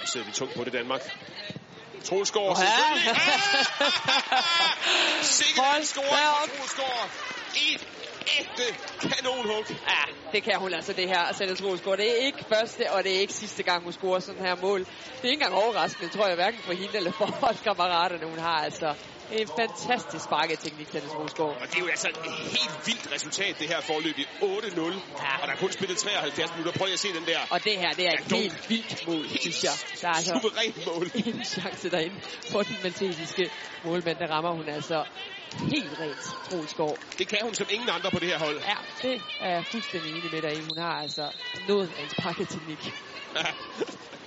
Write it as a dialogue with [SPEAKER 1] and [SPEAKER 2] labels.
[SPEAKER 1] Nu sidder vi tungt på det, Danmark. Troelsgaard,
[SPEAKER 2] Oha.
[SPEAKER 1] selvfølgelig. Ah! Sikkert
[SPEAKER 2] Hold
[SPEAKER 1] en score
[SPEAKER 2] da
[SPEAKER 1] fra
[SPEAKER 2] op.
[SPEAKER 1] Troelsgaard. Et ægte kanonhug.
[SPEAKER 2] Ja, det kan hun altså det her, at sende score. Det er ikke første, og det er ikke sidste gang, hun scorer sådan her mål. Det er ikke engang overraskende, tror jeg, hverken for hende eller for holdkammeraterne, hun har altså. En fantastisk sparketeknik, Dennis Rosgaard.
[SPEAKER 1] Og det er jo altså et helt vildt resultat, det her forløb i 8-0. Og der er kun spillet 73 minutter. Prøv lige at se den der.
[SPEAKER 2] Og det her, det er
[SPEAKER 1] Ja,
[SPEAKER 2] et
[SPEAKER 1] dunk.
[SPEAKER 2] helt vildt mål, synes jeg. Der er altså
[SPEAKER 1] Suverænt mål.
[SPEAKER 2] en chance derinde for den maltesiske målmand. Der rammer hun altså helt rent, Rosgaard.
[SPEAKER 1] Det kan hun som ingen andre på det her hold.
[SPEAKER 2] Ja, det er jeg fuldstændig enig med dig i. Hun har altså noget af en sparketeknik.
[SPEAKER 1] Ja.